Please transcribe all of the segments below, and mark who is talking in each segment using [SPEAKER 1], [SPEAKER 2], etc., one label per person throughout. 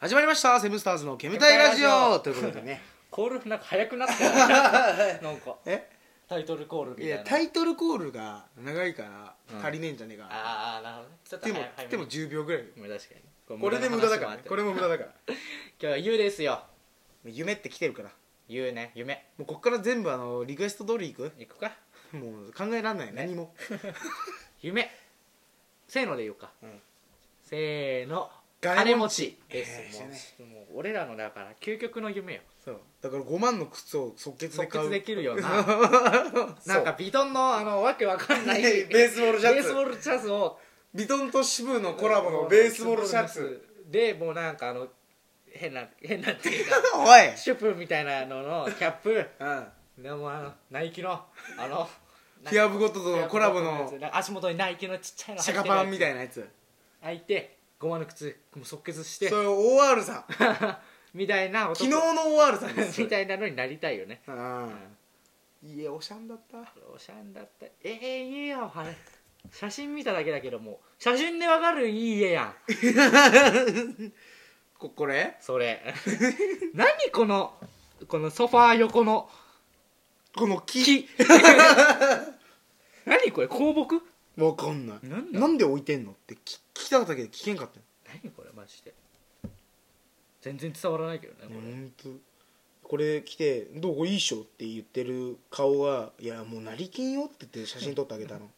[SPEAKER 1] 始まりましたセブンスターズの煙たいラジオということでね
[SPEAKER 2] コールなんか早くなったよね なんか
[SPEAKER 1] え
[SPEAKER 2] タイトルコールみた
[SPEAKER 1] い
[SPEAKER 2] いな
[SPEAKER 1] やタイトルコールが長いから
[SPEAKER 2] うん
[SPEAKER 1] 足りねえんじゃねえか、
[SPEAKER 2] ああなるほどねちょっと
[SPEAKER 1] でも
[SPEAKER 2] 早早め
[SPEAKER 1] でも10秒ぐらい
[SPEAKER 2] まあ確かに
[SPEAKER 1] これで無駄だから、ね、こ
[SPEAKER 2] これ
[SPEAKER 1] れも無駄だから
[SPEAKER 2] 今日は「ゆ」ですよ
[SPEAKER 1] 夢って来てるから
[SPEAKER 2] 「ゆ」ね夢
[SPEAKER 1] もうこっから全部あのリクエスト通りいく
[SPEAKER 2] いくか
[SPEAKER 1] もう考えらんない、何も
[SPEAKER 2] 夢せーので言おうか、
[SPEAKER 1] うん
[SPEAKER 2] せーの
[SPEAKER 1] 金
[SPEAKER 2] 金
[SPEAKER 1] 持
[SPEAKER 2] 持
[SPEAKER 1] ち
[SPEAKER 2] ちで
[SPEAKER 1] えー
[SPEAKER 2] す、
[SPEAKER 1] 知らね
[SPEAKER 2] もうもう俺らのだから究極の夢よ
[SPEAKER 1] そうだから5万の靴を即決で
[SPEAKER 2] 即
[SPEAKER 1] 買う
[SPEAKER 2] 決できる よななんかビトンのあのわけわかんな い
[SPEAKER 1] ベースボールシャツ
[SPEAKER 2] ベースボールシャツを
[SPEAKER 1] ビトンと支部のコラボのベースボールシャツ
[SPEAKER 2] でもうなんかあの変な変なっていうか
[SPEAKER 1] おい、
[SPEAKER 2] シュプみたいなののキャップ
[SPEAKER 1] うん、
[SPEAKER 2] でもあのナイキのあの
[SPEAKER 1] ヒアブゴットとのコラボの
[SPEAKER 2] なんか足元にナイキのちっちゃいの
[SPEAKER 1] シャカパンみたい
[SPEAKER 2] な
[SPEAKER 1] なやつ
[SPEAKER 2] 履いてゴマの靴もう即決して
[SPEAKER 1] それ OR さん
[SPEAKER 2] みたいな
[SPEAKER 1] 昨日の OR さんです
[SPEAKER 2] みたいなのになりたいよね
[SPEAKER 1] うんいやおしゃんだった
[SPEAKER 2] おしゃんだったええいいよあれ写真見ただけだけども写真でわかるいい家やん
[SPEAKER 1] ここれ
[SPEAKER 2] それ 何このこのソファー横の
[SPEAKER 1] この木
[SPEAKER 2] 木 何これ香木
[SPEAKER 1] わかんない
[SPEAKER 2] なんだ
[SPEAKER 1] なんで置いてんのって聞聞きたかったけど聞けんかったよ
[SPEAKER 2] 何これマジで全然伝わらないけどねこれ、
[SPEAKER 1] 本当これ来て「どうこれいいっしょ?」って言ってる顔が「いやもう成金よ」って言って写真撮ってあげたの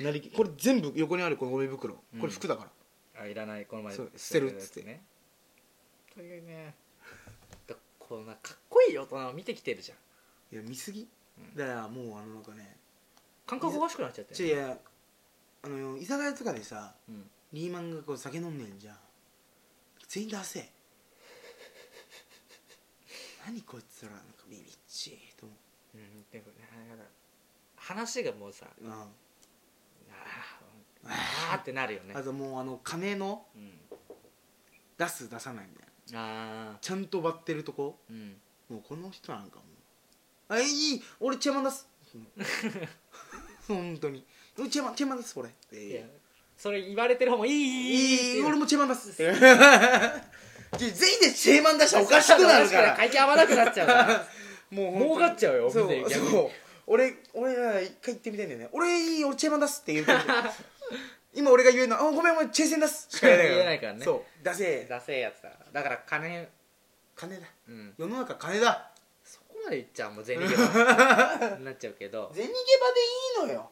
[SPEAKER 1] 成金これ全部横にあるこのゴミ袋こ
[SPEAKER 2] うん
[SPEAKER 1] れ服だから、
[SPEAKER 2] あいらないこの前
[SPEAKER 1] そう捨てるっつって
[SPEAKER 2] ねというねだこんなかっこいい大人を見てきてるじゃん
[SPEAKER 1] いや見すぎ
[SPEAKER 2] うん
[SPEAKER 1] だからもうあのなんかね
[SPEAKER 2] 感覚おかしくなっちゃって
[SPEAKER 1] ちょいやあの居酒屋とかでさ
[SPEAKER 2] うん
[SPEAKER 1] リーマンがこう酒飲んでんじゃん全員出 せ何こいつらなんかビビっちいと思
[SPEAKER 2] うんでもねなんか話がもうさ
[SPEAKER 1] う、うん
[SPEAKER 2] あーあーってなるよね
[SPEAKER 1] あともうあの金の
[SPEAKER 2] うん
[SPEAKER 1] 出す出さないみたいな
[SPEAKER 2] あ
[SPEAKER 1] ちゃんと割ってるとこ
[SPEAKER 2] ーうん
[SPEAKER 1] もうこの人なんかもうあいい俺チェアマン出す本当に俺チェアマンチェアマン出す俺
[SPEAKER 2] いやそれ言われてる方もい
[SPEAKER 1] い
[SPEAKER 2] い
[SPEAKER 1] いいい俺
[SPEAKER 2] も
[SPEAKER 1] もチェアマン出 す全員でチェアマン出したらおかしくなるから
[SPEAKER 2] 会計合わなくなっちゃうから
[SPEAKER 1] もう 本当に
[SPEAKER 2] 儲かっちゃうよ
[SPEAKER 1] そう
[SPEAKER 2] 店逆に
[SPEAKER 1] そう俺俺な一回行ってみたいんだよね俺いい俺チェーマン出すって言う けど今俺が言うのはあごめんお前チェーセン出すしか
[SPEAKER 2] 言えないからね
[SPEAKER 1] そう出せ
[SPEAKER 2] ダセえやつだからだから金
[SPEAKER 1] 金だ
[SPEAKER 2] うん
[SPEAKER 1] 世の中金だ
[SPEAKER 2] そこまで言っちゃうもう銭ゲ バ になっちゃうけど
[SPEAKER 1] 銭ゲバでいいのよ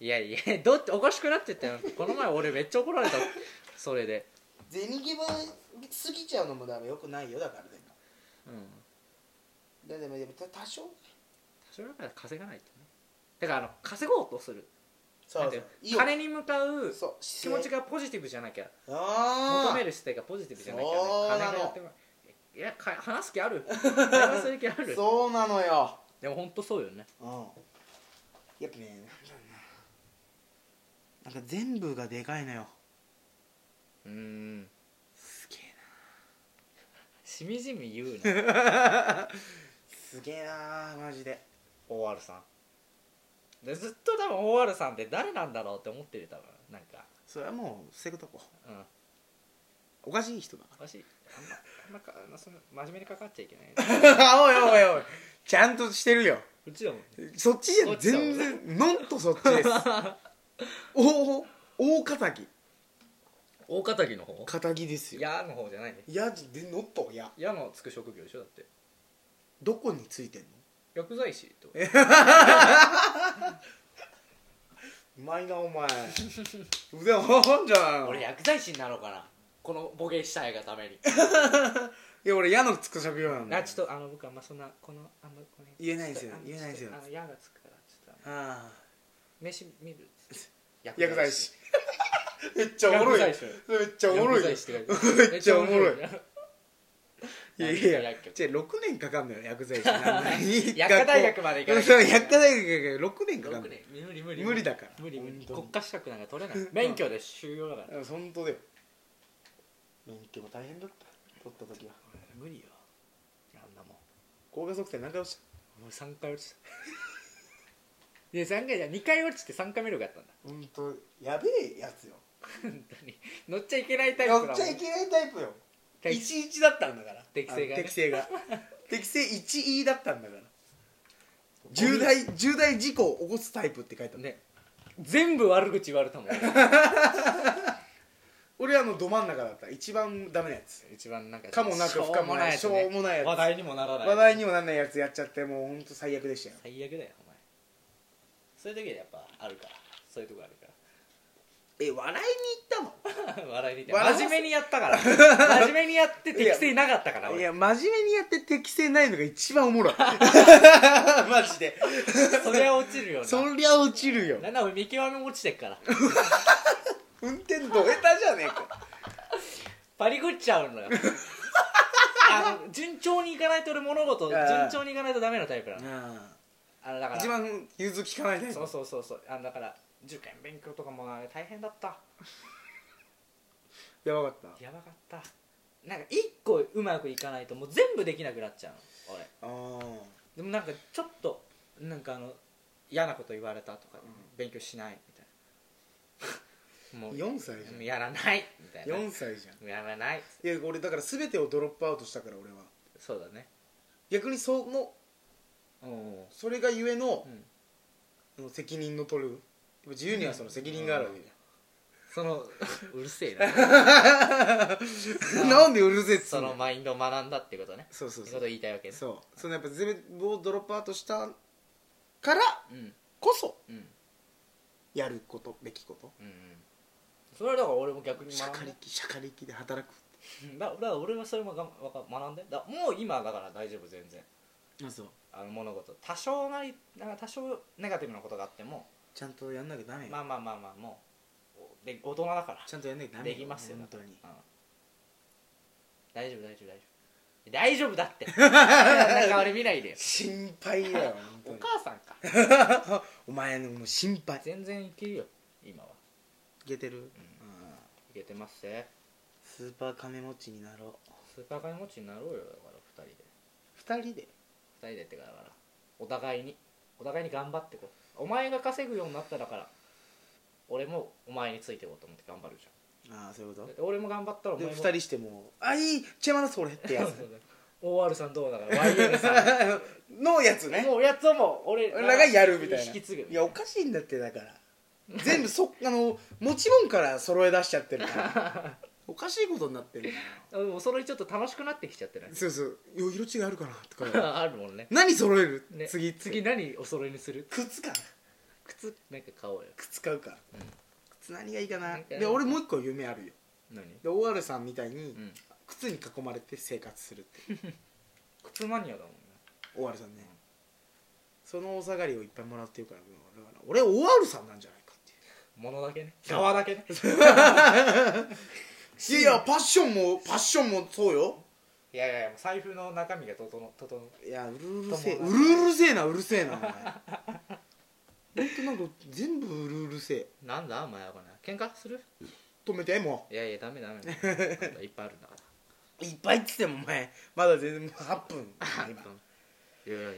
[SPEAKER 2] いやいやどうっておかしくなってったよこの前俺めっちゃ怒られたそれで
[SPEAKER 1] 銭ゲバ過ぎちゃうのもだからよくないよだからでも
[SPEAKER 2] うん
[SPEAKER 1] だでもでもた多少
[SPEAKER 2] それだから稼がないとねだからあの稼ごうとする
[SPEAKER 1] そ
[SPEAKER 2] なん
[SPEAKER 1] う
[SPEAKER 2] てい
[SPEAKER 1] そうう
[SPEAKER 2] の
[SPEAKER 1] いいよ
[SPEAKER 2] 金に向かう
[SPEAKER 1] そう
[SPEAKER 2] 気持ちがポジティブじゃなきゃ求
[SPEAKER 1] 求
[SPEAKER 2] める姿勢がポジティブじゃなきゃ、
[SPEAKER 1] そうなの
[SPEAKER 2] 金がやってもいやか話す気 ある話す気ある
[SPEAKER 1] そうなのよ
[SPEAKER 2] でも本当そうよね
[SPEAKER 1] うんやっぱねなんか全部がでかいのよ
[SPEAKER 2] うん
[SPEAKER 1] すげえな
[SPEAKER 2] しみじみ言 うな
[SPEAKER 1] すげえなマジで
[SPEAKER 2] OR さんでずっと多分 OR さんって誰なんだろうって思ってる多分なんか
[SPEAKER 1] それはもう防ぐとこ
[SPEAKER 2] うん
[SPEAKER 1] おかしい人だか
[SPEAKER 2] 私あんまあんまかあんまその真面目にかかっちゃいけない
[SPEAKER 1] ら おいおいおいちゃんとしてるよ
[SPEAKER 2] うちだもん
[SPEAKER 1] そっちじゃ
[SPEAKER 2] こっちだもん
[SPEAKER 1] 全然のんとそっちです おお大敵
[SPEAKER 2] 大敵の方
[SPEAKER 1] 敵ですよ
[SPEAKER 2] 矢の方じゃないね
[SPEAKER 1] やじでのっとや
[SPEAKER 2] 矢のつく職業でしょだって
[SPEAKER 1] どこについてんの
[SPEAKER 2] 薬剤師ってこと
[SPEAKER 1] うまいなお前 腕本じゃん
[SPEAKER 2] 俺薬剤師になろうかなこのボケしたいがために
[SPEAKER 1] いや俺矢のつくしゃべよなんだ
[SPEAKER 2] あちょっとあの僕あんまそんなこのあんまこの
[SPEAKER 1] 言えないんですよ
[SPEAKER 2] ちょっと
[SPEAKER 1] 言えないんですよ
[SPEAKER 2] あのちょっとあの矢がつくからちょっとあの
[SPEAKER 1] あ
[SPEAKER 2] 飯見る
[SPEAKER 1] あ 薬剤師めっちゃおもろい
[SPEAKER 2] 薬剤師
[SPEAKER 1] それめっちゃおもろいよ
[SPEAKER 2] 薬剤師って書いてある
[SPEAKER 1] めっちゃおもろいいやい やいや
[SPEAKER 2] 薬局
[SPEAKER 1] じゃあ6年かかんのよ薬剤師なんなに
[SPEAKER 2] 薬科大学まで行かなきゃ
[SPEAKER 1] そう 薬科大学が6年かかんの
[SPEAKER 2] 六年無理無理
[SPEAKER 1] 無理だから
[SPEAKER 2] 無理無
[SPEAKER 1] 本
[SPEAKER 2] 理
[SPEAKER 1] 当に
[SPEAKER 2] 国家資格なんか取れない免許で収容だから
[SPEAKER 1] よ本当だよ免許も大変だった取った時は
[SPEAKER 2] 無理よあんなもん
[SPEAKER 1] 高画測定何回落ち
[SPEAKER 2] 俺3回落ちたいや3回じゃ2回落ちて3回目のがあったんだ
[SPEAKER 1] た本当やべえやつよ
[SPEAKER 2] 本当に乗っちゃいけないタイプだもん
[SPEAKER 3] 乗っちゃいけないタイプよ
[SPEAKER 2] タイプ
[SPEAKER 1] 11だったんだから
[SPEAKER 2] 適性が
[SPEAKER 1] あの
[SPEAKER 2] ね
[SPEAKER 1] 適性が 適性 1E だったんだから 重大重大事故を起こすタイプって書いてある、
[SPEAKER 2] ね全部悪口言われたもん
[SPEAKER 1] 俺あのど真ん中だった一番ダメなやつ
[SPEAKER 2] 一番なんか
[SPEAKER 1] かもなく不可もない
[SPEAKER 2] しょうも
[SPEAKER 1] しょうもないやつ
[SPEAKER 2] 話題にもならない
[SPEAKER 1] 話題にもなんないやつやっちゃってもうほんと最悪でしたよ
[SPEAKER 2] 最悪だよお前そういう時はやっぱあるからそういうとこあるから
[SPEAKER 1] え笑いに行っ
[SPEAKER 2] 笑いにて
[SPEAKER 1] 笑わせ
[SPEAKER 2] 真面目に やったから真面目にやって適性なかったか
[SPEAKER 1] た
[SPEAKER 2] ら
[SPEAKER 1] のい
[SPEAKER 2] 俺
[SPEAKER 1] や真面目にやって適性ないのが一番おもろい マジで
[SPEAKER 2] そりゃ落ちるよ
[SPEAKER 1] そ
[SPEAKER 2] な
[SPEAKER 1] りゃ落ちるよ
[SPEAKER 2] なんだ俺見極めも落ちてっから
[SPEAKER 1] 運転ど下手じゃねえか
[SPEAKER 2] パリ食っちゃ うのよあの順調にいかないと俺物事
[SPEAKER 1] あー
[SPEAKER 2] 順調にいかないとダメなタイプなのあのだから
[SPEAKER 1] 一番融通きかないタイプ
[SPEAKER 2] そうそうそうそうあのだから受験勉強とかもあれ大変だった
[SPEAKER 1] やばかった
[SPEAKER 2] やばかったなんか一個うまくいかないともう全部できなくなっちゃうの俺
[SPEAKER 1] あー
[SPEAKER 2] でもなんかちょっとなんかあの嫌なこと言われたとか、勉強しないみたいなもう
[SPEAKER 1] 4歳
[SPEAKER 2] もう
[SPEAKER 1] じ
[SPEAKER 2] やらないみたい
[SPEAKER 1] ゃ
[SPEAKER 2] なんも
[SPEAKER 1] 4歳じゃん
[SPEAKER 2] うやらない
[SPEAKER 1] いや俺だから全てをドロップアウトしたから俺は
[SPEAKER 2] そうだね
[SPEAKER 1] 逆にその
[SPEAKER 2] うん
[SPEAKER 1] それがゆえの,、
[SPEAKER 2] うん
[SPEAKER 1] 責任の取るやっぱ自由にはその責任があるわけじ
[SPEAKER 2] その うるせえな
[SPEAKER 1] ゃん、
[SPEAKER 2] うん
[SPEAKER 1] なんでうるせえっつ
[SPEAKER 2] そ
[SPEAKER 1] うんだ
[SPEAKER 2] の
[SPEAKER 1] よ
[SPEAKER 2] マインドを学んだってことね
[SPEAKER 1] そうそう
[SPEAKER 2] って
[SPEAKER 1] そ
[SPEAKER 2] ことを
[SPEAKER 1] う
[SPEAKER 2] 言いたいわけね
[SPEAKER 1] そうそのやっぱ全部をドロップアウトしたから
[SPEAKER 2] うん
[SPEAKER 1] こそ
[SPEAKER 2] うんうん
[SPEAKER 1] やることべきこと
[SPEAKER 2] うんそれはだから俺も逆に
[SPEAKER 1] しゃ
[SPEAKER 2] 学
[SPEAKER 1] か
[SPEAKER 2] ん
[SPEAKER 1] り
[SPEAKER 2] で
[SPEAKER 1] きしゃかりきで働く
[SPEAKER 2] うんだだから俺はそれもがわか学んでだもう今だから大丈夫全然
[SPEAKER 1] あそう
[SPEAKER 2] あの物事多少なりなんか多少ネガティブなことがあっても
[SPEAKER 1] ちゃんとやんなきゃダメよ、
[SPEAKER 2] まあまあまあまあもうおで大人だから
[SPEAKER 1] ちゃんとやんなきゃダメ
[SPEAKER 2] で
[SPEAKER 1] よ
[SPEAKER 2] きますよ
[SPEAKER 1] 本当に
[SPEAKER 2] うん大丈夫大丈夫大丈夫大丈夫だって なんか俺見ないでよ
[SPEAKER 1] 心配だよ
[SPEAKER 2] お
[SPEAKER 1] 本当に
[SPEAKER 2] 母さんか
[SPEAKER 1] お前のもう心配
[SPEAKER 2] 全然いけるよ今はい
[SPEAKER 1] けてる、うん
[SPEAKER 2] いけてますぜ
[SPEAKER 1] スーパー金持ちになろう
[SPEAKER 2] スーパー金持ちになろうよだから二人で
[SPEAKER 1] 2人で
[SPEAKER 2] 二人でってかだからお互いにお互いに頑張ってこうお前が稼ぐようになっただから俺もお前についていこうと思って頑張るじ
[SPEAKER 1] ああそういうこ
[SPEAKER 2] ゃんだって俺も頑張ったらお
[SPEAKER 1] とで
[SPEAKER 2] 前も
[SPEAKER 1] 2人してもうあいいチェマナそれってやつ
[SPEAKER 2] OR さんどうだから YN さ
[SPEAKER 1] のやつ
[SPEAKER 2] ん
[SPEAKER 1] ね
[SPEAKER 2] もうやつをもう俺
[SPEAKER 1] 俺らがやるみたいな
[SPEAKER 2] 引き継ぐ
[SPEAKER 1] いやおかしいんだってだから全部 そあの持ち物から揃え出しちゃってるから おかしいことになってる
[SPEAKER 2] でもそれちょっと楽しくなってきちゃってない
[SPEAKER 1] そうそういや色違いあるかなと か
[SPEAKER 2] あるもんね
[SPEAKER 1] 何揃える、
[SPEAKER 2] ね
[SPEAKER 1] 次
[SPEAKER 2] 次何お揃いにする
[SPEAKER 1] 靴かな
[SPEAKER 2] 靴なんか買おうよ
[SPEAKER 1] 靴買うか、
[SPEAKER 2] うん
[SPEAKER 1] 靴何がいいかな
[SPEAKER 2] なんか
[SPEAKER 1] で俺もう一個夢あるよ
[SPEAKER 2] 何
[SPEAKER 1] で OR さんみたいに
[SPEAKER 2] うん
[SPEAKER 1] 靴に囲まれて生活するって
[SPEAKER 2] 靴マニアだもんね
[SPEAKER 1] OR さんね
[SPEAKER 2] うん
[SPEAKER 1] そのお下がりをいっぱいもらってるからもうだから俺 OR さんなんじゃないかっていう
[SPEAKER 2] 物だけね
[SPEAKER 1] そう
[SPEAKER 2] 側だけね
[SPEAKER 1] いやいやパッションもパッションもそうよ
[SPEAKER 2] いやいやいや財布の中身が整整う
[SPEAKER 1] いやうるうるせえう
[SPEAKER 2] 友達
[SPEAKER 1] るうるせえなうるせえなお前ほんとなんか全部うるうるせえ
[SPEAKER 2] なんだお前はこれ喧嘩する
[SPEAKER 1] 止めても
[SPEAKER 2] いやいやダメダメなんかいっぱいあるんだか
[SPEAKER 1] ういっぱいっつってもお前まだ全然もう8分
[SPEAKER 2] ら
[SPEAKER 1] 今
[SPEAKER 2] いやいやいやい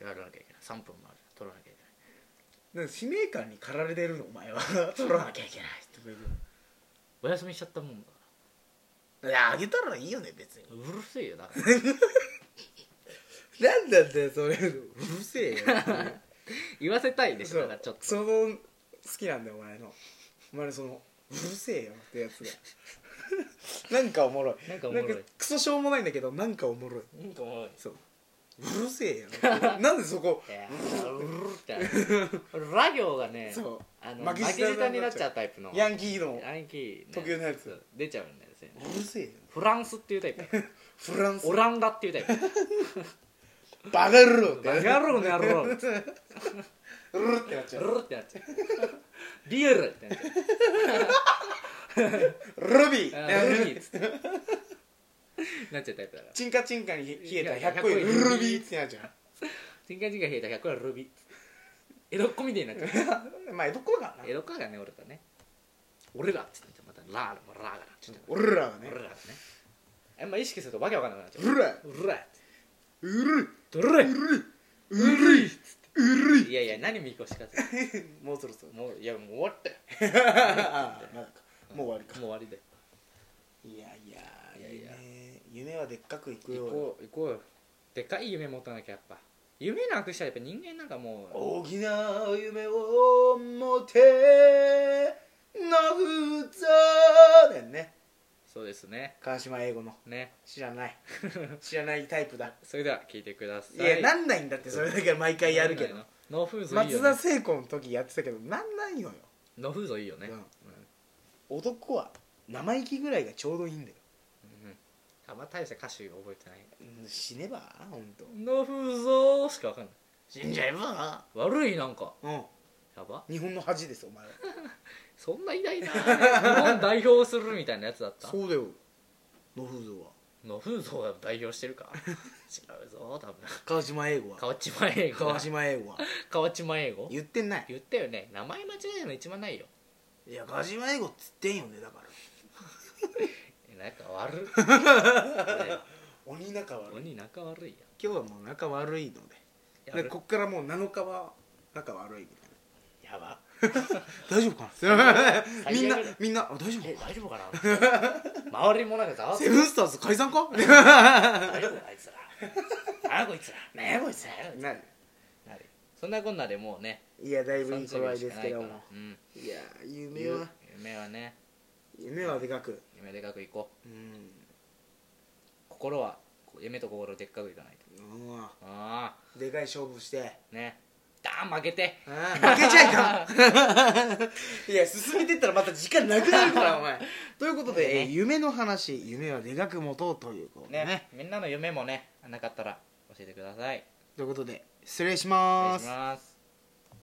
[SPEAKER 2] ややらなきゃいけない3分もある取らなきゃいけ
[SPEAKER 1] な
[SPEAKER 2] ない
[SPEAKER 1] んか使命感に駆られてるのお前は 取らなきゃいけないとか言う
[SPEAKER 2] お休みしちゃったもんだか
[SPEAKER 1] いやあげたらいいよね別に
[SPEAKER 2] らうるせえよだから
[SPEAKER 1] なんなんだよそれ うるせえ よ
[SPEAKER 2] 言わせたいでし
[SPEAKER 1] そ
[SPEAKER 2] ょだから
[SPEAKER 1] う
[SPEAKER 2] ちょっと
[SPEAKER 1] その好きなんだよお前のお前のそのうるせえよってやつ がなんかおもろい
[SPEAKER 2] なんかおもろい
[SPEAKER 1] クソしょうもないんだけどなんかおもろい
[SPEAKER 2] なんかもう
[SPEAKER 1] そううるせえよっ てなんでそこ
[SPEAKER 2] いやーうるる って俺ラ行がね
[SPEAKER 1] そう
[SPEAKER 2] あの
[SPEAKER 1] 巻
[SPEAKER 2] 巻
[SPEAKER 1] き
[SPEAKER 2] き
[SPEAKER 1] 舌
[SPEAKER 2] 舌になっちゃうタイプの
[SPEAKER 1] ヤンキーの
[SPEAKER 2] ヤンキーね
[SPEAKER 1] 特有のやつ
[SPEAKER 2] そう出ちゃうんだよね
[SPEAKER 1] うるせえよ
[SPEAKER 2] フランスっていうタイ プ
[SPEAKER 1] フランス
[SPEAKER 2] オランダっていうタイプ
[SPEAKER 1] バカ野郎って
[SPEAKER 2] バカ野郎の野郎
[SPEAKER 1] うるってなっちゃ
[SPEAKER 2] ル
[SPEAKER 1] う
[SPEAKER 2] ルってなっちゃうビエルってなっちゃ
[SPEAKER 1] ルビ
[SPEAKER 2] うあールビ
[SPEAKER 1] ー
[SPEAKER 2] ーっつってなっちゃうタイプだから
[SPEAKER 1] チンカチンカに冷えた
[SPEAKER 2] いや
[SPEAKER 1] 100個より
[SPEAKER 2] 100
[SPEAKER 1] ルビーってなっちゃ
[SPEAKER 2] 人間人間冷えた100はルビーっつって江戸っ子みたいになっちゃう
[SPEAKER 1] うまあ江戸っ子だからな
[SPEAKER 2] 江戸っ子がね俺だね俺らっつってまたラーもラーがなっちゃう
[SPEAKER 1] 俺らがね
[SPEAKER 2] 俺らがねあんま意識するとわけわかんなくなっちゃう
[SPEAKER 1] うら
[SPEAKER 2] うら
[SPEAKER 1] うる
[SPEAKER 2] どれ
[SPEAKER 1] うるうるいうる
[SPEAKER 2] いやいや何見越しかって
[SPEAKER 1] もうそろそろ
[SPEAKER 2] もういやもう終わったよ
[SPEAKER 1] ああまだかもう終わりか
[SPEAKER 2] もう終わりで
[SPEAKER 1] いやいや
[SPEAKER 2] いやいや
[SPEAKER 1] 夢夢はでっかくいく
[SPEAKER 2] 行
[SPEAKER 1] よ
[SPEAKER 2] こう行こうよでかい夢持たなきゃやっぱ夢なくしたらやっぱ人間なんかもう
[SPEAKER 1] 大きな夢を持てなふざだよね
[SPEAKER 2] そうですね
[SPEAKER 1] 川島英語の
[SPEAKER 2] ね
[SPEAKER 1] 知らない知らないタイプだ
[SPEAKER 2] それでは聞いてください
[SPEAKER 1] いやなんないんだってそれだけは毎回やるけど
[SPEAKER 2] なんないのノーフーズいいよ、ね、
[SPEAKER 1] 松田聖子の時やってたけどなんないのよ
[SPEAKER 2] ノーフーズいいよね、
[SPEAKER 1] うん
[SPEAKER 2] うん
[SPEAKER 1] 男は生意気ぐらいがちょうどいいんだよ、
[SPEAKER 2] うんあんま大した歌詞覚えてない
[SPEAKER 1] うん死ねば本当
[SPEAKER 2] ノーフーズーしかわかんない
[SPEAKER 1] 死んじゃえば
[SPEAKER 2] 悪いなんか
[SPEAKER 1] うん
[SPEAKER 2] やば
[SPEAKER 1] 日本の恥ですお前は
[SPEAKER 2] そんな偉大 な日本代表するみたいなやつだった
[SPEAKER 1] うだよノフーゾは
[SPEAKER 2] ノフーゾーが代表してるか違うぞ多分
[SPEAKER 1] 川島英語は
[SPEAKER 2] 川島英語
[SPEAKER 1] 川島英語は
[SPEAKER 2] 川島英語
[SPEAKER 1] 言ってんない
[SPEAKER 2] 言ったよね名前間違えるの一番ないよ
[SPEAKER 1] いや川島英語っつってんよねだから
[SPEAKER 2] えなんか悪い
[SPEAKER 1] 鬼仲悪い
[SPEAKER 2] 鬼仲悪いや
[SPEAKER 1] 今日はもう仲悪いのでだ
[SPEAKER 2] や
[SPEAKER 1] から
[SPEAKER 2] る
[SPEAKER 1] こっからもう7日は仲悪いみたい
[SPEAKER 2] やば
[SPEAKER 1] な大丈夫 かな
[SPEAKER 2] 最悪
[SPEAKER 1] みんな
[SPEAKER 2] 最悪
[SPEAKER 1] みんなあ大丈
[SPEAKER 2] え
[SPEAKER 1] 夫か
[SPEAKER 2] 大丈夫かな 周りもなんかざわつ
[SPEAKER 1] セ
[SPEAKER 2] く
[SPEAKER 1] ブンスターズ解散か
[SPEAKER 2] 大丈夫かあいつらあこいつら
[SPEAKER 1] ねえこいつ
[SPEAKER 2] な
[SPEAKER 1] な
[SPEAKER 2] なるそんなこんなでもうね
[SPEAKER 1] いやだいぶいい
[SPEAKER 2] 30
[SPEAKER 1] 頃合
[SPEAKER 2] 秒
[SPEAKER 1] い
[SPEAKER 2] し
[SPEAKER 1] で
[SPEAKER 2] か
[SPEAKER 1] す
[SPEAKER 2] な
[SPEAKER 1] け
[SPEAKER 2] いか
[SPEAKER 1] ど
[SPEAKER 2] ら
[SPEAKER 1] も
[SPEAKER 2] うん
[SPEAKER 1] いや夢は
[SPEAKER 2] 夢はね
[SPEAKER 1] 夢はでかく
[SPEAKER 2] 夢でかくいこう
[SPEAKER 1] うん
[SPEAKER 2] 心は夢と心でっかくいかないと
[SPEAKER 1] う
[SPEAKER 2] あ
[SPEAKER 1] んでかい勝負して
[SPEAKER 2] あねダーン負けて
[SPEAKER 1] あー負けちゃいかん いや進めてったらまた時間なくなるからお前ということで、えー夢の話夢はでかく持とうということね
[SPEAKER 2] ねみんなの夢もねなかったら教えてください
[SPEAKER 1] ということで失礼し
[SPEAKER 2] お願
[SPEAKER 1] ま
[SPEAKER 2] いし
[SPEAKER 1] す
[SPEAKER 2] ます